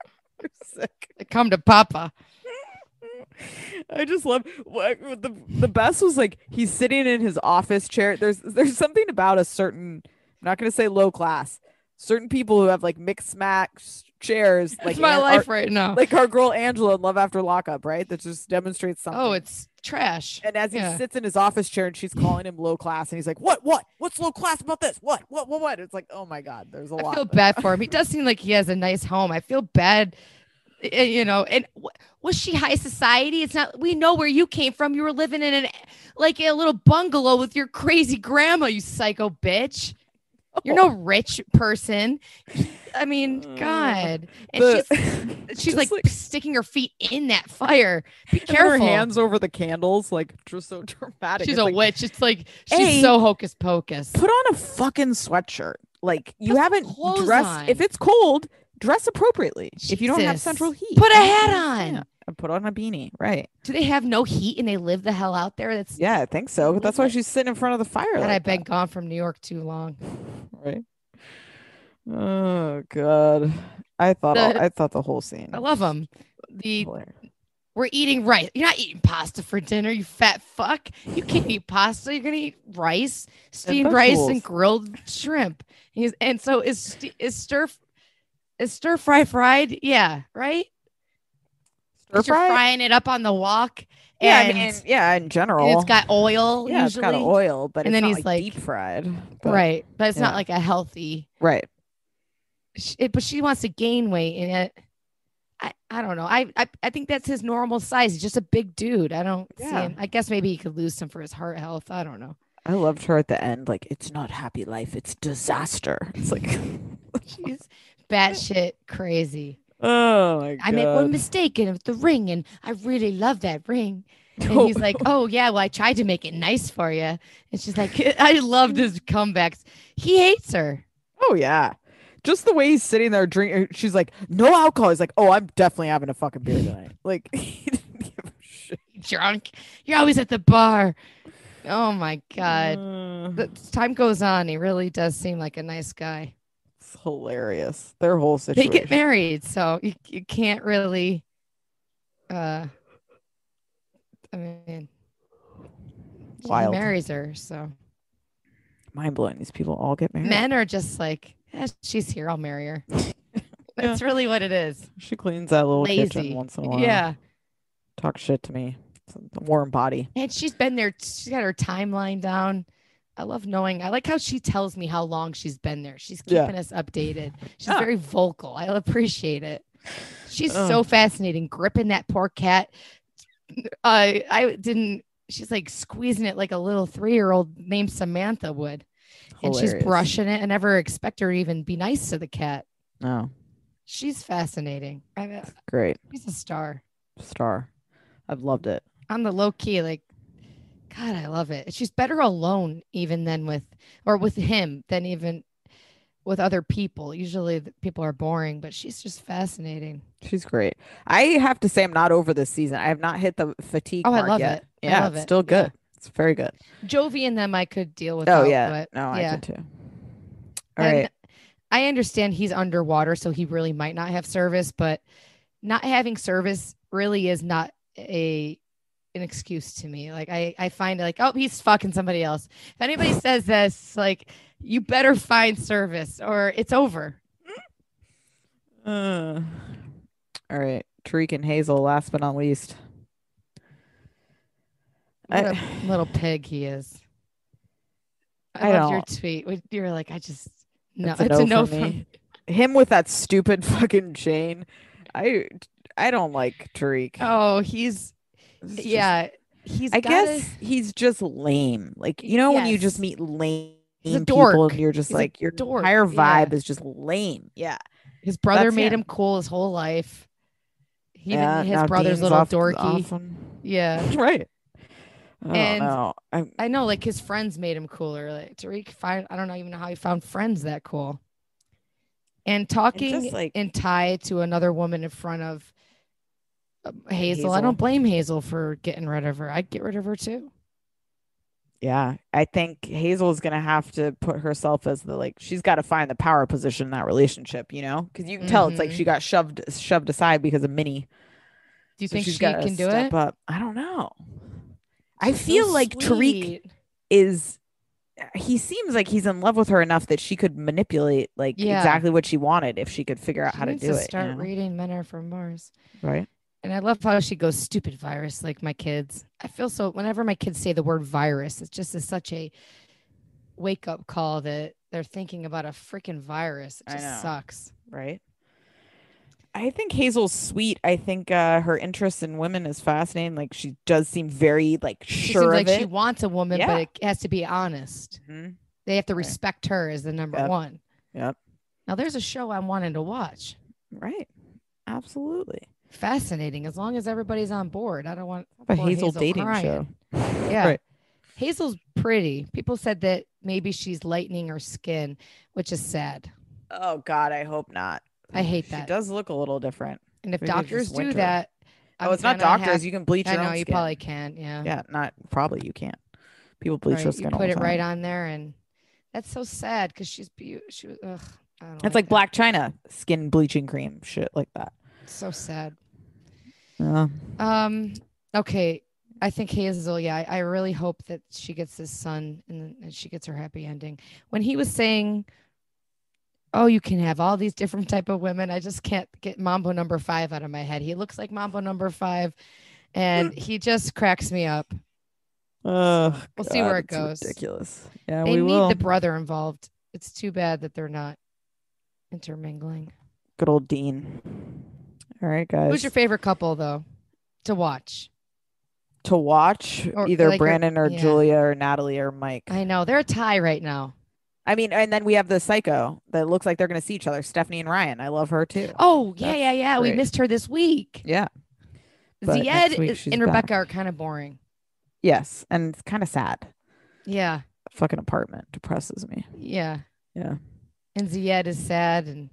Speaker 6: Come to Papa.
Speaker 7: I just love what what the the best was like he's sitting in his office chair. There's there's something about a certain I'm not gonna say low class, certain people who have like mixed match chairs like
Speaker 6: It's my
Speaker 7: An-
Speaker 6: life
Speaker 7: our,
Speaker 6: right now.
Speaker 7: like our girl Angela in Love After Lockup, right? That just demonstrates something.
Speaker 6: oh, it's trash.
Speaker 7: and as he
Speaker 6: yeah.
Speaker 7: sits in his office chair and she's calling him low class and he's like, What, what? What's low class about this? What? What what what? It's like, oh my god, there's a
Speaker 6: I
Speaker 7: lot.
Speaker 6: feel bad for him. He does seem like he has a nice home. I feel bad, eh, you know. And wh- was she high society? It's not. We know where you came from. You were living in an like a little bungalow with your crazy grandma. You psycho bitch. You're no
Speaker 7: Oh.
Speaker 6: rich person. I mean,
Speaker 7: Uh,
Speaker 6: God. And
Speaker 7: The-
Speaker 6: she's she's
Speaker 7: just,
Speaker 6: like, sticking her feet in that fire. Be
Speaker 7: and then her
Speaker 6: careful.
Speaker 7: hands over the candles, like just so dramatic.
Speaker 6: she's
Speaker 7: It's
Speaker 6: a
Speaker 7: like,
Speaker 6: witch. It's like she's
Speaker 7: A,
Speaker 6: so hocus pocus.
Speaker 7: put on a fucking sweatshirt. Like you
Speaker 6: Put
Speaker 7: haven't
Speaker 6: clothes
Speaker 7: dressed.
Speaker 6: on.
Speaker 7: If it's cold, dress appropriately. If you don't have
Speaker 6: Jesus.
Speaker 7: central heat,
Speaker 6: Put a
Speaker 7: I don't
Speaker 6: hat
Speaker 7: understand.
Speaker 6: on.
Speaker 7: And put on a beanie. Right.
Speaker 6: Do they have no heat and they live the hell out there? That's
Speaker 7: Yeah, I think so. But that's why she's sitting in front of the fire.
Speaker 6: God,
Speaker 7: like
Speaker 6: I've been
Speaker 7: that,
Speaker 6: gone from New York too long.
Speaker 7: Right. Oh god. I thought all-
Speaker 6: The-
Speaker 7: I thought the whole scene.
Speaker 6: I love them. The
Speaker 7: hilarious.
Speaker 6: we're eating rice. You're not eating pasta for dinner, you fat fuck. You can't eat pasta. You're gonna eat rice, steamed rice, and
Speaker 7: vegetables.
Speaker 6: grilled shrimp. He's and so is st- is stir is stir fry fried? Yeah, right.
Speaker 7: Stir
Speaker 6: 'Cause you're
Speaker 7: fry?
Speaker 6: frying it up on the wok.
Speaker 7: Yeah, I
Speaker 6: and,
Speaker 7: mean, yeah, in general.
Speaker 6: and it's got oil.
Speaker 7: yeah, it's
Speaker 6: usually.
Speaker 7: got oil, but
Speaker 6: And
Speaker 7: it's
Speaker 6: then
Speaker 7: not,
Speaker 6: he's like-
Speaker 7: deep fried. but-
Speaker 6: right? But it's not
Speaker 7: yeah.
Speaker 6: like a healthy.
Speaker 7: Right.
Speaker 6: sh- it, but she wants to gain weight in it. I, I don't know. I, I I think that's his normal size. He's just a big dude. I don't see
Speaker 7: Yeah.
Speaker 6: him. I guess maybe he could lose some for his heart health. I don't know.
Speaker 7: I loved her at the end. Like, it's not happy life, it's disaster. It's like,
Speaker 6: She's batshit crazy.
Speaker 7: oh my god.
Speaker 6: I made one mistake in the ring, and I really love that ring. And
Speaker 7: Oh.
Speaker 6: he's like, "Oh yeah, well I tried to make it nice for you." And she's like, "I loved his comebacks. He hates her.
Speaker 7: Oh yeah. Just the way he's sitting there drinking. She's like, no alcohol. He's like, oh, I'm definitely having a fucking beer tonight. Like, he didn't give a shit.
Speaker 6: Drunk. You're always at the bar. Oh my god."
Speaker 7: Uh,
Speaker 6: But as time goes on, he really does seem like a nice guy.
Speaker 7: it's hilarious. Their whole
Speaker 6: They
Speaker 7: situation.
Speaker 6: get married, so you, you can't really. Uh, I mean,
Speaker 7: Wild.
Speaker 6: he marries her, so
Speaker 7: Mind blowing. These people all get married.
Speaker 6: men are just like, "Eh, she's here, I'll marry her. That's really what it is.
Speaker 7: She cleans that little
Speaker 6: Lazy,
Speaker 7: kitchen once in a while.
Speaker 6: yeah.
Speaker 7: Talk shit to me. It's a warm body.
Speaker 6: And she's been there. She's got her timeline down. I love knowing. I like how she tells me how long she's been there. She's
Speaker 7: Yeah. Ah.
Speaker 6: keeping us updated. She's
Speaker 7: Yeah.
Speaker 6: very vocal. I appreciate it. She's
Speaker 7: Ugh.
Speaker 6: so fascinating, gripping that poor cat. Uh, I didn't. She's like squeezing it like a little three-year-old named Samantha would, and she's
Speaker 7: Hilarious.
Speaker 6: brushing it. I never expect her to even be nice to the cat.
Speaker 7: Oh,
Speaker 6: She's fascinating. I, uh,
Speaker 7: great.
Speaker 6: she's a star.
Speaker 7: Star. I've loved it.
Speaker 6: on the low key, like God, I love it. She's better alone even than with or with him than even with other people. Usually the people are boring, but she's just fascinating.
Speaker 7: She's great. I have to say, I'm not over this season. I have not hit the fatigue
Speaker 6: Oh, I
Speaker 7: mark
Speaker 6: love
Speaker 7: yet.
Speaker 6: it. I
Speaker 7: Yeah,
Speaker 6: love
Speaker 7: it's
Speaker 6: it.
Speaker 7: still
Speaker 6: Yeah.
Speaker 7: good. It's very good.
Speaker 6: Jovi and them I could deal with.
Speaker 7: oh yeah,
Speaker 6: but
Speaker 7: no, I
Speaker 6: yeah.
Speaker 7: did too. All
Speaker 6: And
Speaker 7: right,
Speaker 6: I understand he's underwater, so he really might not have service, but not having service really is not a an excuse to me. Like I, I find it like, oh, he's fucking somebody else. If anybody says this, like you better find service or it's over.
Speaker 7: Uh, all right. Tariq and Hazel, last but not least.
Speaker 6: What
Speaker 7: I-
Speaker 6: a little pig he is. I,
Speaker 7: I
Speaker 6: loved your tweet. when You were like, I just no,
Speaker 7: a
Speaker 6: it's, a no
Speaker 7: for
Speaker 6: from
Speaker 7: me. Him with that stupid fucking chain. I I don't like Tariq.
Speaker 6: Oh, he's
Speaker 7: It's just-
Speaker 6: yeah, he's.
Speaker 7: I
Speaker 6: got
Speaker 7: guess
Speaker 6: a-
Speaker 7: he's just lame. Like you know when you just
Speaker 6: Yes.
Speaker 7: meet lame
Speaker 6: He's a
Speaker 7: people
Speaker 6: dork.
Speaker 7: and you're just
Speaker 6: He's a
Speaker 7: like your
Speaker 6: dork,
Speaker 7: entire
Speaker 6: yeah.
Speaker 7: vibe is just lame. Yeah.
Speaker 6: his brother
Speaker 7: that's
Speaker 6: made
Speaker 7: him.
Speaker 6: him cool his whole life. He,
Speaker 7: yeah,
Speaker 6: his
Speaker 7: now
Speaker 6: brother's
Speaker 7: Dean's
Speaker 6: little
Speaker 7: off-
Speaker 6: dorky.
Speaker 7: off on-
Speaker 6: Yeah.
Speaker 7: right. I don't
Speaker 6: And-
Speaker 7: know. I'm,
Speaker 6: I know, like his friends made him cooler. Like Tariq, find I don't know even know how he found friends that cool. And talking
Speaker 7: just, like-
Speaker 6: in Thai to another woman in front of um, Hazel, I
Speaker 7: Hazel.
Speaker 6: don't blame Hazel for getting rid of her. I'd get rid of her too.
Speaker 7: Yeah, I think Hazel's gonna have to put herself as the like she's got to find the power position in that relationship, you know, because you can tell it's like
Speaker 6: Mhm.
Speaker 7: she got shoved shoved aside because of Minnie.
Speaker 6: Do you
Speaker 7: So
Speaker 6: think
Speaker 7: she's
Speaker 6: she
Speaker 7: gotta
Speaker 6: can do
Speaker 7: step
Speaker 6: it?
Speaker 7: Up. I don't know. I
Speaker 6: She's so
Speaker 7: feel like Tariq
Speaker 6: sweet.
Speaker 7: is. He seems like he's in love with her enough that she could manipulate like
Speaker 6: Yeah.
Speaker 7: exactly what she wanted if she could figure out
Speaker 6: She
Speaker 7: how to
Speaker 6: needs
Speaker 7: do it. you
Speaker 6: Start
Speaker 7: know?
Speaker 6: reading Men Are From Mars.
Speaker 7: Right?
Speaker 6: And I love how she goes stupid virus, like my kids. I feel so whenever my kids say the word virus, it's just is such a wake up call that they're thinking about a freaking virus. It
Speaker 7: I know.
Speaker 6: just sucks.
Speaker 7: Right. I think Hazel's sweet. I think uh, her interest in women is fascinating. Like she does seem very like
Speaker 6: She
Speaker 7: sure
Speaker 6: seems
Speaker 7: of
Speaker 6: like
Speaker 7: it.
Speaker 6: she wants a woman,
Speaker 7: Yeah.
Speaker 6: but it has to be honest.
Speaker 7: Mhm.
Speaker 6: They have to
Speaker 7: Right.
Speaker 6: respect her as the number
Speaker 7: Yep.
Speaker 6: one.
Speaker 7: Yep.
Speaker 6: Now there's a show I'm wanting to watch.
Speaker 7: Right. Absolutely.
Speaker 6: Fascinating. As long as everybody's on board, I don't want
Speaker 7: A
Speaker 6: poor
Speaker 7: Hazel, dating
Speaker 6: crying.
Speaker 7: show.
Speaker 6: Yeah.
Speaker 7: Right.
Speaker 6: Hazel's pretty. People said that maybe she's lightening her skin, which is sad.
Speaker 7: Oh God, I hope not.
Speaker 6: I hate
Speaker 7: she
Speaker 6: that.
Speaker 7: does look a little different.
Speaker 6: And if
Speaker 7: Maybe it's
Speaker 6: doctors
Speaker 7: just
Speaker 6: do
Speaker 7: winter.
Speaker 6: that,
Speaker 7: oh, it's not doctors. you can bleach
Speaker 6: I
Speaker 7: your
Speaker 6: know
Speaker 7: own
Speaker 6: you
Speaker 7: skin.
Speaker 6: probably can. Yeah.
Speaker 7: Yeah, not probably you can't. People bleach
Speaker 6: Right,
Speaker 7: their skin.
Speaker 6: You
Speaker 7: all
Speaker 6: put
Speaker 7: the
Speaker 6: it
Speaker 7: time.
Speaker 6: right on there, and that's so sad because she's beautiful. She was. Ugh, I don't
Speaker 7: It's like
Speaker 6: that.
Speaker 7: Black China skin bleaching cream, shit like that.
Speaker 6: So sad.
Speaker 7: Yeah.
Speaker 6: Um. Okay. I think Hazel. Yeah. I, I really hope that she gets this son and, and she gets her happy ending. When he was saying, "Oh, you can have all these different type of women," I just can't get Mambo Number Five out of my head. He looks like Mambo Number Five, and he just cracks me up.
Speaker 7: Ugh,
Speaker 6: We'll see where
Speaker 7: God,
Speaker 6: it
Speaker 7: it's
Speaker 6: goes.
Speaker 7: Ridiculous. Yeah,
Speaker 6: They
Speaker 7: we
Speaker 6: need
Speaker 7: will.
Speaker 6: the brother involved. It's too bad that they're not intermingling.
Speaker 7: Good old Dean. All right, guys.
Speaker 6: Who's your favorite couple though to watch?
Speaker 7: to watch
Speaker 6: Or,
Speaker 7: either
Speaker 6: like, your-
Speaker 7: Brandon or
Speaker 6: yeah.
Speaker 7: Julia or Natalie or Mike.
Speaker 6: I know they're a tie right now.
Speaker 7: I mean, and then we have the psycho that looks like they're going to see each other, Stephanie and Ryan. I love her too.
Speaker 6: Oh yeah,
Speaker 7: That's
Speaker 6: yeah, yeah. We
Speaker 7: great.
Speaker 6: missed her this week.
Speaker 7: Yeah. but next
Speaker 6: Zied
Speaker 7: week
Speaker 6: is-
Speaker 7: she's
Speaker 6: and
Speaker 7: back.
Speaker 6: Rebecca are kind of boring.
Speaker 7: Yes, and it's kind of sad.
Speaker 6: Yeah,
Speaker 7: Fucking apartment depresses me.
Speaker 6: yeah,
Speaker 7: Yeah.
Speaker 6: And Zied is sad, and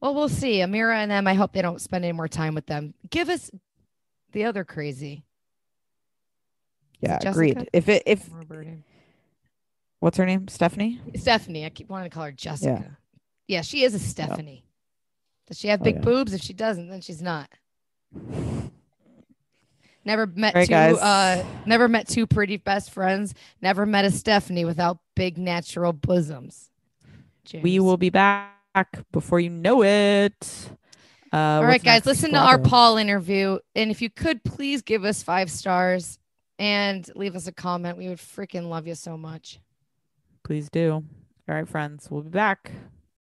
Speaker 6: well, we'll see. Amira and them. I hope they don't spend any more time with them. Give us the other crazy. Is it
Speaker 7: Yeah,
Speaker 6: Jessica?
Speaker 7: agreed. If it if
Speaker 6: I don't remember her name.
Speaker 7: what's her name? Stephanie?
Speaker 6: Stephanie. I keep wanting to call her Jessica. Yeah, she is a Stephanie. Does she have
Speaker 7: Oh,
Speaker 6: big
Speaker 7: yeah.
Speaker 6: boobs? If she doesn't, then she's not. Never met
Speaker 7: All right,
Speaker 6: two
Speaker 7: guys.
Speaker 6: uh never met two pretty best friends. Never met a Stephanie without big natural bosoms.
Speaker 7: We
Speaker 6: James.
Speaker 7: will uh, be back before you know it. Uh,
Speaker 6: All
Speaker 7: what's
Speaker 6: right, guys,
Speaker 7: next,
Speaker 6: listen to our
Speaker 7: Bravo?
Speaker 6: Paul interview. And if you could please give us five stars and leave us a comment. We would freaking love you so much.
Speaker 7: Please do. All right, friends, we'll be back.